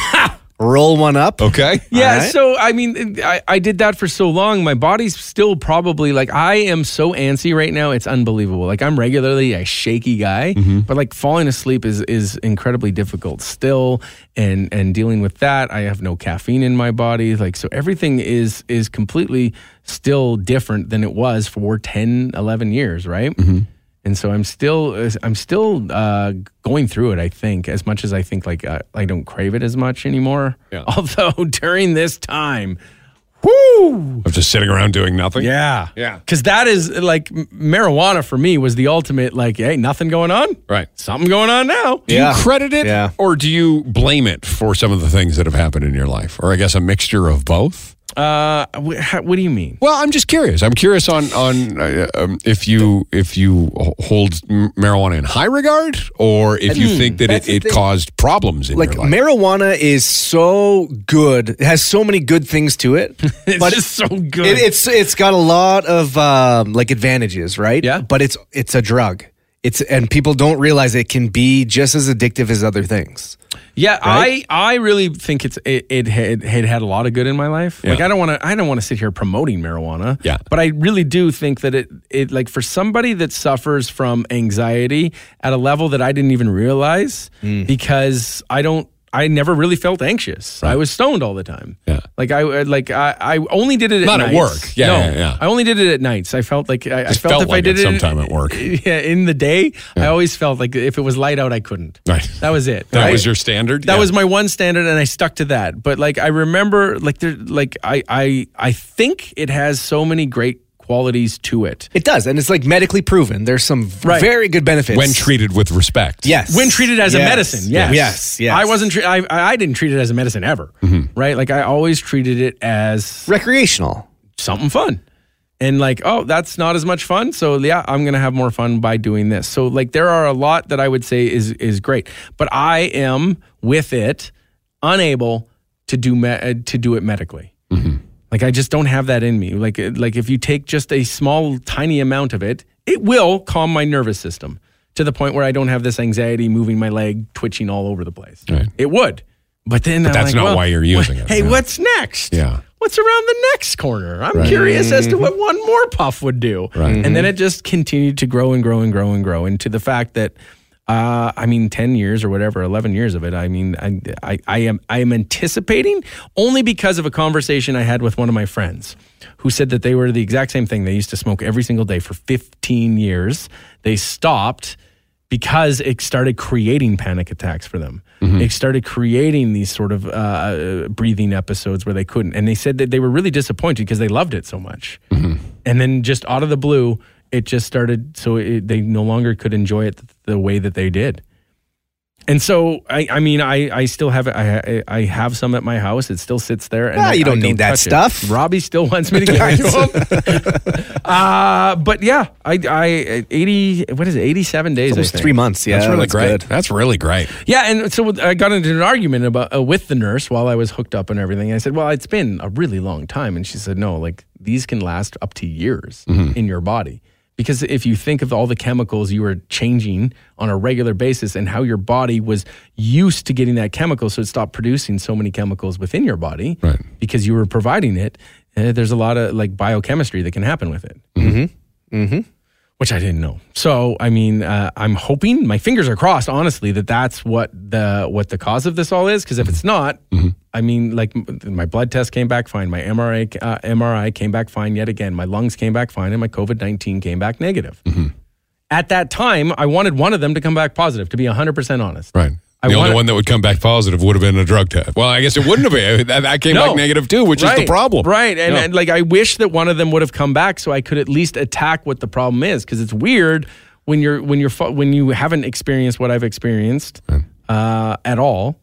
roll one up.
okay,
Yeah,
All right.
so I mean, I, I did that for so long. My body's still probably like I am so antsy right now. It's unbelievable. Like I'm regularly a shaky guy,
Mm-hmm.
but like falling asleep is is incredibly difficult still, and and dealing with that. I have no caffeine in my body, like so everything is is completely still different than it was for 10, 11 years, right? And so I'm still I'm still uh, going through it. I think as much as I think like uh, I don't crave it as much anymore.
Yeah.
Although during this time, whoo,
I'm just sitting around doing nothing.
yeah,
Yeah.
because that is like m- marijuana for me was the ultimate. Like, hey, nothing going on,
right.
something going on now.
Do
Yeah.
you credit it,
Yeah.
or do you blame it for some of the things that have happened in your life, or I guess a mixture of both?
Uh, wh- how- what do you mean?
Well, I'm just curious. I'm curious on on uh, um, if you if you h- hold m- marijuana in high regard, or if
Hmm.
you think that
that's
it,
the
it
thing.
caused problems in
Like
your life.
marijuana is so good. It has so many good things to it.
It's
but
just so good.
It, it's it's got a lot of um, like advantages, right?
Yeah.
But it's it's a drug. It's and people don't realize it can be just as addictive as other things.
Yeah, I I really think it's it, it had had had a lot of good in my life. Like
Yeah.
I don't want to I don't want to sit here promoting marijuana.
Yeah.
but I really do think that it it like for somebody that suffers from anxiety at a level that I didn't even realize
Mm.
because I don't. I never really felt anxious. I was stoned all the time.
Yeah.
like I uh, like I, I only did it at
Not at
nights.
work. Yeah,
no,
yeah, yeah.
I only did it at nights. I felt like I, I
Just
felt,
felt
if I
like it
did it
sometime at work.
Yeah, in the day, I always felt like if it was light out, I couldn't.
Right.
That was it.
that
right?
was your standard.
That
Yeah.
was my one standard, and I stuck to that. But like, I remember, like, there, like, I, I, I think it has so many great qualities to it
It does, and it's like medically proven. There's some v-
Right.
very good benefits
when treated with respect.
Yes,
when treated as a
Yes.
medicine. Yes,
yes, Mm-hmm. yes.
I wasn't. Tre- I, I didn't treat it as a medicine ever. Right. Like, I always treated it as
recreational.
something fun. And like, oh, that's not as much fun. So yeah, I'm gonna have more fun by doing this. So like there are a lot that I would say is is great. But I am with it unable to do me- uh, to do it medically.
Mm-hmm.
Like I just don't have that in me. Like uh, like if you take just a small tiny amount of it, it will calm my nervous system to the point where I don't have this anxiety moving my leg, twitching all over the place.
Right.
It would. But then I'm
that's
like,
not
well,
why you're
wh-
using it,
Hey,
yeah.
what's next?
Yeah.
What's around the next corner? I'm
Right.
curious as to what one more puff would do.
Right.
And then it just continued to grow and grow and grow and grow into the fact that uh, I mean, ten years or whatever, eleven years of it. I mean, I, I, I am I am anticipating only because of a conversation I had with one of my friends, who said that they were the exact same thing. They used to smoke every single day for fifteen years. They stopped because it started creating panic attacks for them.
Mm-hmm.
It started creating these sort of uh, breathing episodes where they couldn't. And they said that they were really disappointed because they loved it so much.
Mm-hmm.
And then just out of the blue, it just started. So it, they no longer could enjoy it th- the way that they did. And so, I, I mean, I, I still have it. I, I I have some at my house. It still sits there. And
Ah,
I-
you
I
don't need that
touch it.
stuff.
Robbie still wants me to give it to him. Uh, but yeah, I, I, 80, what is it, 87 days? I
Almost
think.
three months. Yeah,
that's really great.
good.
That's really great.
Yeah, and so I got into an argument about uh, with the nurse while I was hooked up and everything. I said, "Well, it's been a really long time," and she said, "No, like these can last up to years in your body because if you think of all the chemicals you were changing on a regular basis and how your body was used to getting that chemical, so it stopped producing so many chemicals within your body
Right.
because you were providing it. Uh, there's a lot of like biochemistry that can happen with it." which I didn't know. So I mean, uh, I'm hoping my fingers are crossed, honestly, that that's what the what the cause of this all is. Because if it's not, I mean, like m- my blood test came back fine, my MRI c- uh, MRI came back fine yet again, my lungs came back fine, and my COVID nineteen came back negative. At that time, I wanted one of them to come back positive. To be 100 percent honest,
Right.
I
the only
wanna-
one that would come back positive would have been a drug test. Well, I guess it wouldn't have been. That, that came
No.
back negative too, which is the
Right,
problem.
Right. And,
Yeah.
and like, I wish that one of them would have come back so I could at least attack what the problem is because it's weird when you're, when you're, fu- when you haven't experienced what I've experienced uh, at all.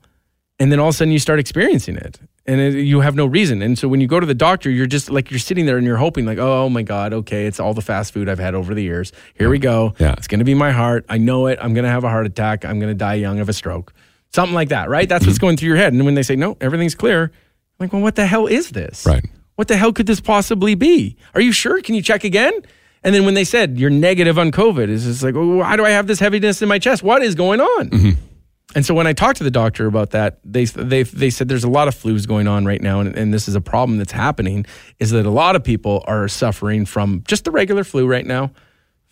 And then all of a sudden you start experiencing it and it, you have no reason. And so when you go to the doctor, you're just like, you're sitting there and you're hoping, like, oh my God, okay, it's all the fast food I've had over the years. Here we go.
Yeah.
It's going to be my heart. I know it. I'm going to have a heart attack. I'm going to die young of a stroke. Something like that, right? That's what's
Mm-hmm.
going through your head. And when they say, no, everything's clear, I'm like, well, what the hell is this?
Right.
What the hell could this possibly be? Are you sure? Can you check again? And then when they said you're negative on COVID, it's just like, oh, why do I have this heaviness in my chest? What is going on? And so when I talked to the doctor about that, they they they said there's a lot of flus going on right now, and, and this is a problem that's happening. Is that a lot of people are suffering from just the regular flu right now,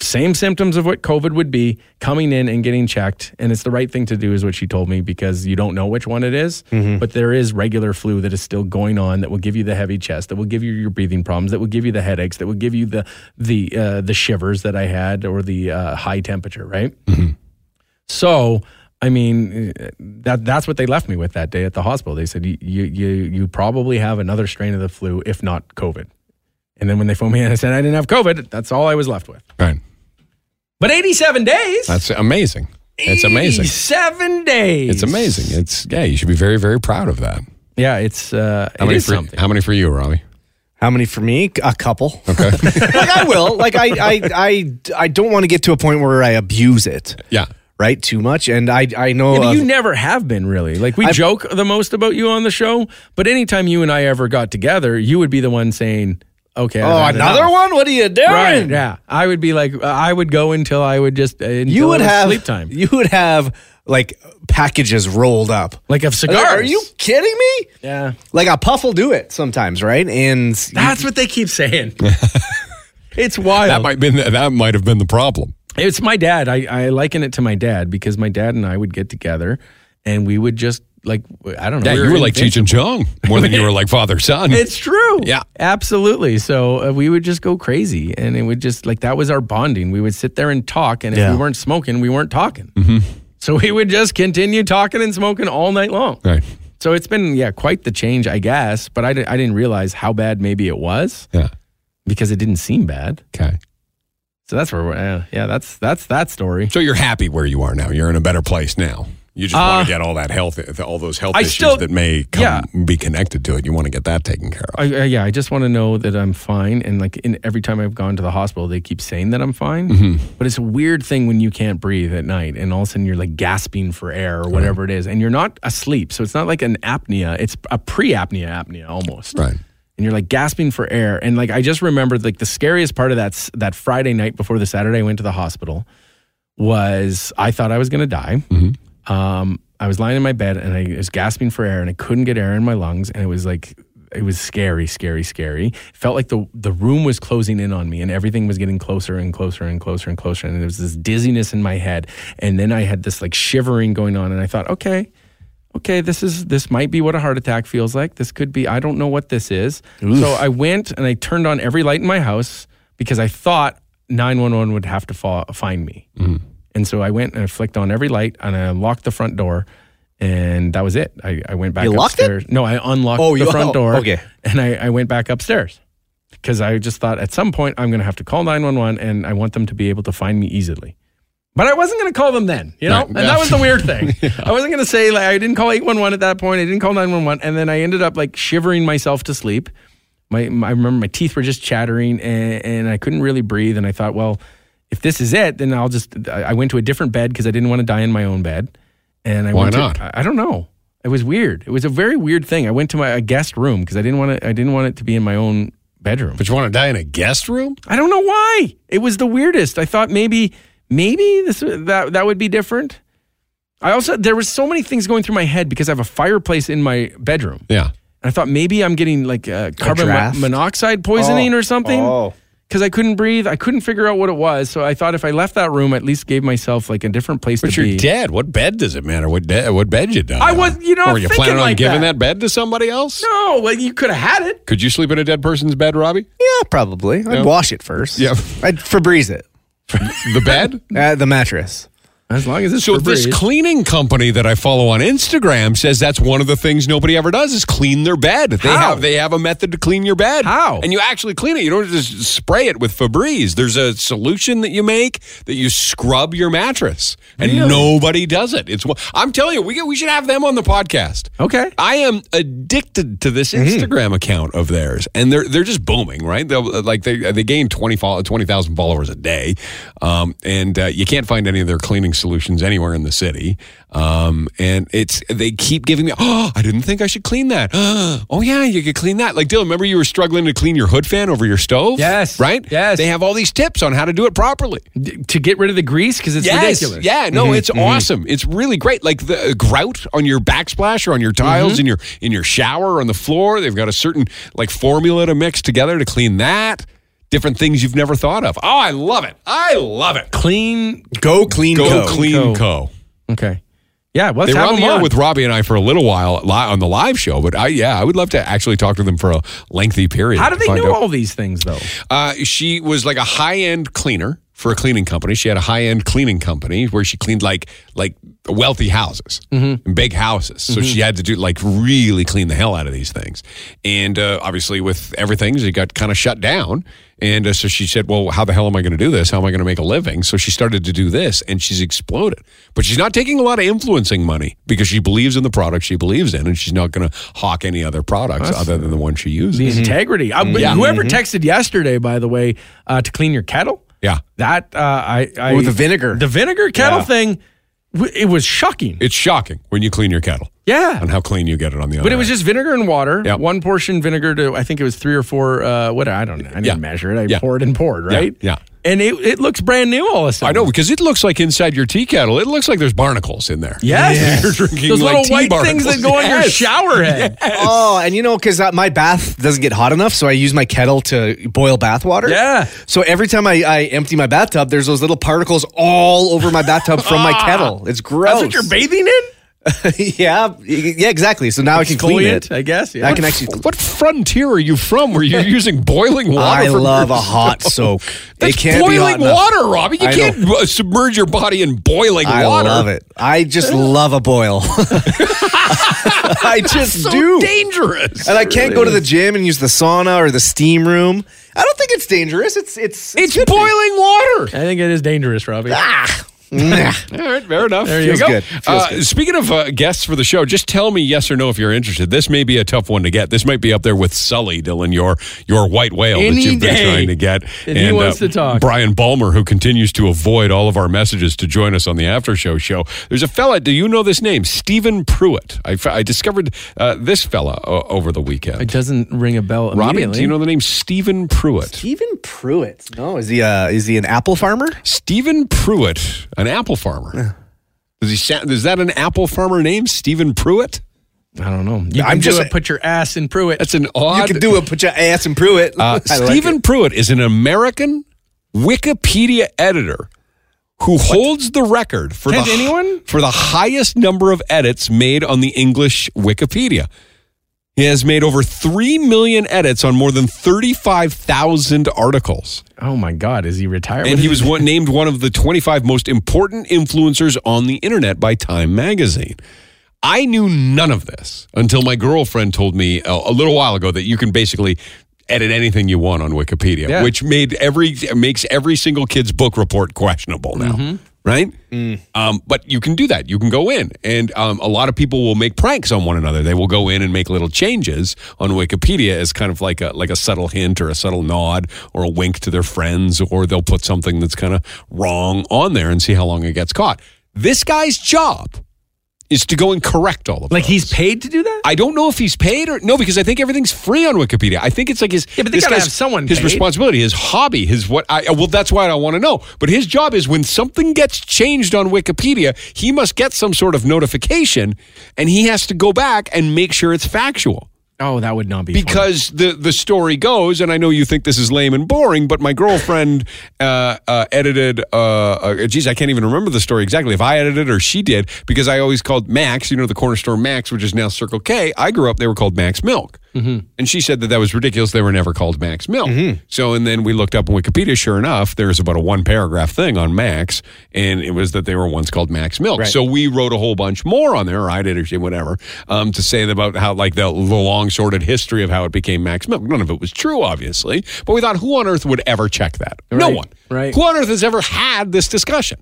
same symptoms of what COVID would be, coming in and getting checked, and it's the right thing to do, is what she told me, because you don't know which one it is, but there is regular flu that is still going on that will give you the heavy chest, that will give you your breathing problems, that will give you the headaches, that will give you the the uh, the shivers that I had or the uh, high temperature, right? So, I mean, uh, that that's what they left me with that day at the hospital. They said you you you you probably have another strain of the flu, if not COVID. And then when they phoned me in and said I didn't have COVID, that's all I was left with.
Right.
But 87 days.
That's amazing. It's amazing.
87 days.
It's amazing. It's yeah. You should be very very proud of that.
Yeah, it's uh,
How
it
many
is
for
something.
How many for you, Robbie?
How many for me? A couple. Okay. like I will. Like I, I, I, I don't want to get to a point where I abuse it,
Yeah.
right? Too much. And I, I know.
Yeah, but
of-
you never have been really. Like we
I've-
joke the most about you on the show, but anytime you and I ever got together, you would be the one saying, "Okay, I've
oh,
had
another
enough.
one? What are you doing?
Right? Yeah, I would be like, I would go until I would just uh, until
You would
it was
have
sleep time.
You would have like packages rolled up.
Like of cigars.
Are you kidding me?
Yeah.
Like a puff will do it sometimes, right? And
That's what they keep saying. it's wild.
That might been that might have been the problem.
it's my dad. I, I liken it to my dad because my dad and I would get together and we would just like I don't know.
Yeah,
we
you were like Cheech and Chong more than you were like father son.
It's true.
Yeah.
Absolutely. So uh, we would just go crazy and it would just like that was our bonding. We would sit there and talk and if
Yeah.
we weren't smoking, we weren't talking.
Mm-hmm.
So we would just continue talking and smoking all night long.
right.
So it's been yeah, quite the change, I guess, but I d- I didn't realize how bad maybe it was
Yeah.
because it didn't seem bad.
Okay.
So that's where, we're, uh, yeah, that's that's that story.
So you're happy where you are now. You're in a better place now. You just
Uh,
want to get all that health, all those health
I
issues
still-
that may come
yeah.
be connected to it. You want to get that taken care of.
I, I, yeah, I just want to know that I'm fine. And like in, every time I've gone to the hospital, they keep saying that I'm fine. But it's a weird thing when you can't breathe at night, and all of a sudden you're like gasping for air or whatever it is, and you're not asleep, so it's not like an apnea; it's a pre-apnea apnea almost.
Right.
and you're like gasping for air. And like I just remembered like the scariest part of that s- that Friday night before the Saturday I went to the hospital was I thought I was going to die. Um, I was lying in my bed and I was gasping for air and I couldn't get air in my lungs and it was like it was scary, scary, scary. It felt like the the room was closing in on me and everything was getting closer and closer and closer and closer and there was this dizziness in my head and then I had this like shivering going on and I thought, okay, okay, this is this might be what a heart attack feels like. This could be I don't know what this is. So I went and I turned on every light in my house because I thought 911 would have to fa- find me.
Mm.
And so I went and I flicked on every light and I locked the front door. And that was it. I, I went back
You locked it?
upstairs. No, I unlocked
Oh,
the
you-
front
oh,
door.
okay.
And I, I went back upstairs because I just thought at some point I'm going to have to call 911 and I want them to be able to find me easily. But I wasn't going to call them then, you know?
Right.
And
Yeah.
that was the weird thing. I wasn't going to say, like, I didn't call 811 at that point. I didn't call 911. And then I ended up like shivering myself to sleep. My, my I remember my teeth were just chattering and, and I couldn't really breathe. And I thought, well, if this is it, then I'll just, I I went to a different bed because I didn't want to die in my own bed. And I
Why
went to-
not?
I- I don't know. It was weird. It was a very weird thing. I went to my a guest room because I didn't want to, I didn't want it to be in my own bedroom.
But you want to die in a guest room?
I don't know why. It was the weirdest. I thought maybe maybe this that that would be different. I also there was so many things going through my head because I have a fireplace in my bedroom.
Yeah.
And I thought maybe I'm getting like uh, carbon mo-
draft?
monoxide poisoning
Oh.
or something
Oh.
because I couldn't breathe. I couldn't figure out what it was. So I thought if I left that room, at least gave myself like a different place
But
to
you're
be.
dead. What bed does it matter? What de- what bed you die?
I
on?
was- you know,
Or Were you
thinking
planning on
like
giving
that.
that. bed to somebody else?
No, well, you could have had it.
Could you sleep in a dead person's bed, Robbie?
Yeah, probably. I'd wash it first.
Yeah.
I'd Febreze it.
the bed?
Uh, the mattress.
As long as it's
So
for
this
breeze.
cleaning company that I follow on Instagram says that's one of the things nobody ever does is clean their bed. They
How?
have they have a method to clean your bed.
How?
And you actually clean it. You don't just spray it with Febreze. There's a solution that you make that you scrub your mattress, and nobody does it. It's one- I'm telling you, we we should have them on the podcast.
Okay. Mm-hmm.
I am addicted to this Instagram account of theirs, and they're they're just booming, right? They'll, uh, like they they gain 20 follow, twenty thousand followers a day, um, and uh, you can't find any of their cleaning solutions anywhere in the city. Um, and it's they keep giving me, oh, I didn't think I should clean that. oh yeah, you could clean that. Like Dylan, remember you were struggling to clean your hood fan over your stove?
Yes.
right.
Yes.
they have all these tips on how to do it properly.
D- to get rid of the grease because it's
Yes.
ridiculous. Mm-hmm,
Yeah, no, it's awesome. It's really great. Like the uh, grout on your backsplash or on your
Mm-hmm.
tiles in your in your shower or on the floor, they've got a certain like formula to mix together to clean that. Different things you've never thought of. Oh, I love it. I love it.
Clean.
Go Clean
Go
Co.
Clean Co.
Okay. Yeah. Well, let's
They were
have
on
them
the air
on.
with Robbie and I for a little while li- on the live show, but I yeah, I would love to actually talk to them for a lengthy period.
How do
to
they
find
know
out.
all these things though?
Uh, she was like a high end cleaner for a cleaning company. She had a high end cleaning company where she cleaned like like wealthy houses, and big houses. So she had to do like really clean the hell out of these things. And uh, obviously, with everything, it got kind of shut down. And uh, so she said, "Well, how the hell am I going to do this? How am I going to make a living?" So she started to do this, and she's exploded. But she's not taking a lot of influencing money because she believes in the product she believes in, and she's not going to hawk any other products other than the one she uses.
The integrity. I-
Mm-hmm.
Whoever texted yesterday, by the way, uh, to clean your kettle.
Yeah.
That uh, I, I
Or the vinegar.
The vinegar kettle
Yeah.
thing. W- it was shocking.
It's shocking when you clean your kettle.
yeah.
on how clean you get it on the other.
But it was just vinegar and water.
Yep.
One portion vinegar to I think it was three or four. Uh, what I don't know. I didn't
Yeah.
measure it. I
Yeah.
poured and poured.
Yeah.
Right.
Yeah.
And it, it looks brand new all of a
I
sudden.
know because it looks like inside your tea kettle, it looks like there's barnacles in there.
Yes.
You're drinking
Those
like
little
tea
white things
barnacles.
that go on your
Yes.
shower head.
Oh, and you know, because uh, my bath doesn't get hot enough, so I use my kettle to boil bath water.
Yeah.
So every time I, I empty my bathtub, there's those little particles all over my bathtub from my kettle. It's gross.
That's what
Oh.
you're bathing in.
yeah, y- yeah, exactly. So now I can clean
Exfoliant,
it.
I guess, yeah.
I can actually.
What frontier are you from where you're using boiling water?
I
from
love
your-
a hot soak.
That's
it can't be hot
boiling
enough.
water, Robbie. You
I
can't
know.
uh, submerge your body in boiling
I
water.
love it. I just love a boil. I just
So
do.
dangerous.
and I can't go to the gym and use the sauna or the steam room. I don't think it's dangerous. It's it's
It's
good for you.
boiling water.
I think it is dangerous, Robbie.
All right, fair enough. There
you Feels go. good. Feels
uh,
good.
Speaking of uh, guests for the show, just tell me yes or no if you're interested. This may be a tough one to get. This might be up there with Sully, Dylan, your your white whale that
Any
you've been
day.
trying to get. uh,
And he wants to talk.
Brian Balmer, who continues to avoid all of our messages to join us on the after show show. There's a fella. Do you know this name? Stephen Pruitt. I, f- I discovered uh, this fella o- over the
It
weekend.
doesn't ring a bell.
Robbie,
immediately.
do you know the name Stephen Pruitt?
Stephen Pruitt. No, is he uh is he an apple farmer?
Stephen Pruitt, an apple farmer. Does he sound, is that an apple farmer name, Stephen Pruitt?
I don't know. You
I'm
can do
just-
it, put your ass in Pruitt.
That's an odd.
You could do it. Put your ass in Pruitt.
Uh,
I like
Stephen
it.
Pruitt is an American Wikipedia editor who holds the record for
Can
the,
anyone?
for the highest number of edits made on the English Wikipedia. He has made over three million edits on more than thirty-five thousand articles,
oh my God, is he retired?
and he was one, named one of the twenty-five most important influencers on the internet by Time Magazine. I knew none of this until my girlfriend told me uh, a, a little while ago that you can basically edit anything you want on Wikipedia,
Yeah.
which made every makes every single kid's book report questionable now. Right, um, but you can do that. You can go in, and um, a lot of people will make pranks on one another. They will go in and make little changes on Wikipedia as kind of like a like a subtle hint or a subtle nod or a wink to their friends, or they'll put something that's kind of wrong on there and see how long it gets caught. This guy's job is to go and correct all of
like
those.
he's paid to do that.
I don't know if he's paid or no, because I think everything's free on Wikipedia. I think it's like his.
Yeah, but they
this
gotta
guy's-
have someone
His
paid.
responsibility, his hobby, his what? I uh, well, that's why I want to know. But his job is when something gets changed on Wikipedia, he must get some sort of notification, and he has to go back and make sure it's factual
oh, that would not be funny.
because the the story goes, and I know you think this is lame and boring, but my girlfriend uh, uh, edited. Uh, uh, geez, I can't even remember the story exactly if I edited or she did because I always called Max. You know the corner store Max, which is now Circle K. I grew up; they were called Max Milk.
Mm-hmm.
And she said that that was ridiculous. They were never called Max Mill. So, and then we looked up on Wikipedia. Sure enough, there's about a one paragraph thing on Max, and it was that they were once called Max Milk. So we wrote a whole bunch more on there, or I did, or she, whatever, um, to say about how like the, the long sordid history of how it became Max Milk. None of it was true, obviously. But we thought, who on earth would ever check that? No
Right,
one.
right.
Who on earth has ever had this discussion?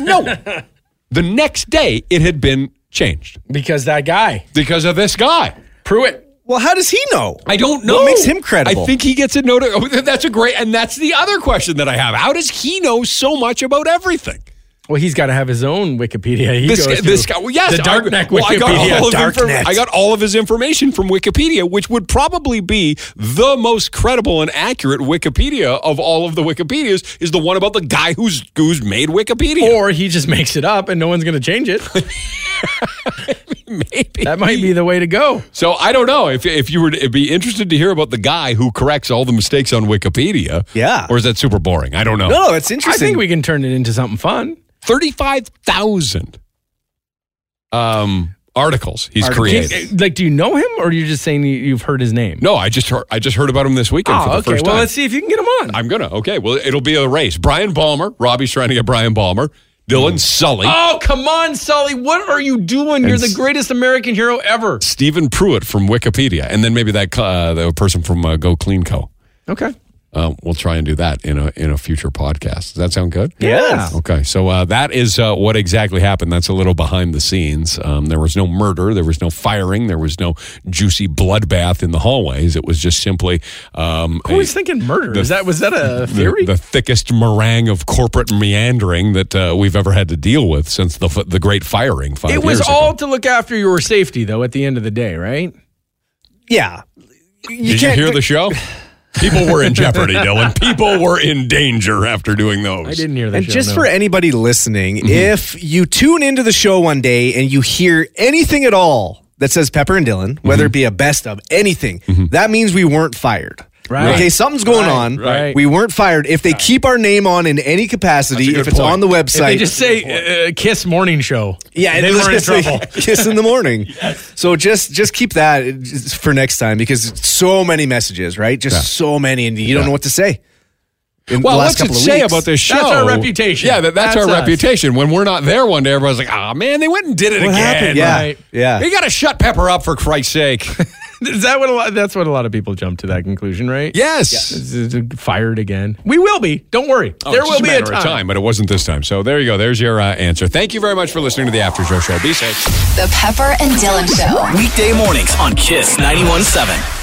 No one. the next day, it had been changed
Because that guy,
because of this guy.
Pruitt.
Well, how does he know?
I don't know.
What makes him credible?
I think he gets a note. Oh, that's a great, and that's the other question that I have. How does he know so much about everything?
Well, he's got to have his own Wikipedia. He
This
goes
guy, this
through
guy, well, yes,
the Darknet
I, well, I got,
Wikipedia.
all of
Darknet.
inform- I got all of his information from Wikipedia, which would probably be the most credible and accurate Wikipedia of all of the Wikipedias. Is the one about the guy who's who's made Wikipedia?
or he just makes it up and no one's going to change it. That might be the way to go.
So I don't know if if you were to be interested to hear about the guy who corrects all the mistakes on Wikipedia.
Yeah.
or is that super boring? I don't know.
No, it's
I
interesting.
think we can turn it into something fun.
35,000 um, articles he's
Articles.
created.
He's- like, do you know him, or you're just saying you- you've heard his name?
no, I just heard, I just heard about him this weekend for the
Oh, okay.
first time.
Well, let's see if you can get him on.
I'm going to. Okay. Well, it'll be a race. Brian Balmer, Robbie's trying to get Brian Balmer, Dylan Sully,
Oh, come on, Sully. What are you doing? You're the greatest American hero ever.
Stephen Pruitt from Wikipedia, and then maybe that uh, the person from uh, Go Clean Co.
Okay.
Um, we'll try and do that in a in a future podcast. Does that sound good?
Yes.
Okay, so uh, that is uh, what exactly happened. That's a little behind the scenes. Um, there was no murder, there was no firing, there was no juicy bloodbath in the hallways. It was just simply um,
Who
a-
was thinking murder? Is that was that a
the,
theory?
the thickest meringue of corporate meandering that uh, we've ever had to deal with since the f- the great firing. Five
it was
years ago.
all to look after your safety, though. At the end of the day, right?
Yeah. You
Did you hear the show? People were in jeopardy, Dylan. People were in danger after doing those.
I Mm-hmm. didn't hear that.
And
show,
just
no.
for anybody listening, if you tune into the show one day and you hear anything at all that says Pepper and Dylan, whether
Mm-hmm.
it be a best of anything, that means we weren't fired.
Right.
Okay, something's going on.
right.
We weren't fired. If they keep our name on in any capacity,
good
if it's
point.
on the
if they
website,
just say uh, "Kiss Morning Show,"
yeah, it
they
was
were in
just like
trouble.
Kiss in the morning. So just just keep that uh, just for next time because it's so many messages, right? Just so many, and you don't know what to say. in the
Well,
last
what's it
couple of
say
weeks.
about this show?
That's our reputation.
Yeah, that, that's,
That's
our
us.
reputation. When we're not there one day, everybody's like, "Ah, man, they went and did it
What
again."
happened? Yeah,
right.
yeah.
You got to shut Pepper up for Christ's sake.
Is that what? A lot, that's what a lot of people jump to that conclusion, right?
yes.
Z- z- Fired again. We will be. Don't worry.
Oh,
there
it's
will
just
be a
matter
time.
of time, but it wasn't this time. So there you go. There's your uh, answer. Thank you very much for listening to the After Show Show. Be safe.
The Pepper and Dylan Show.
Weekday mornings on Kiss 917.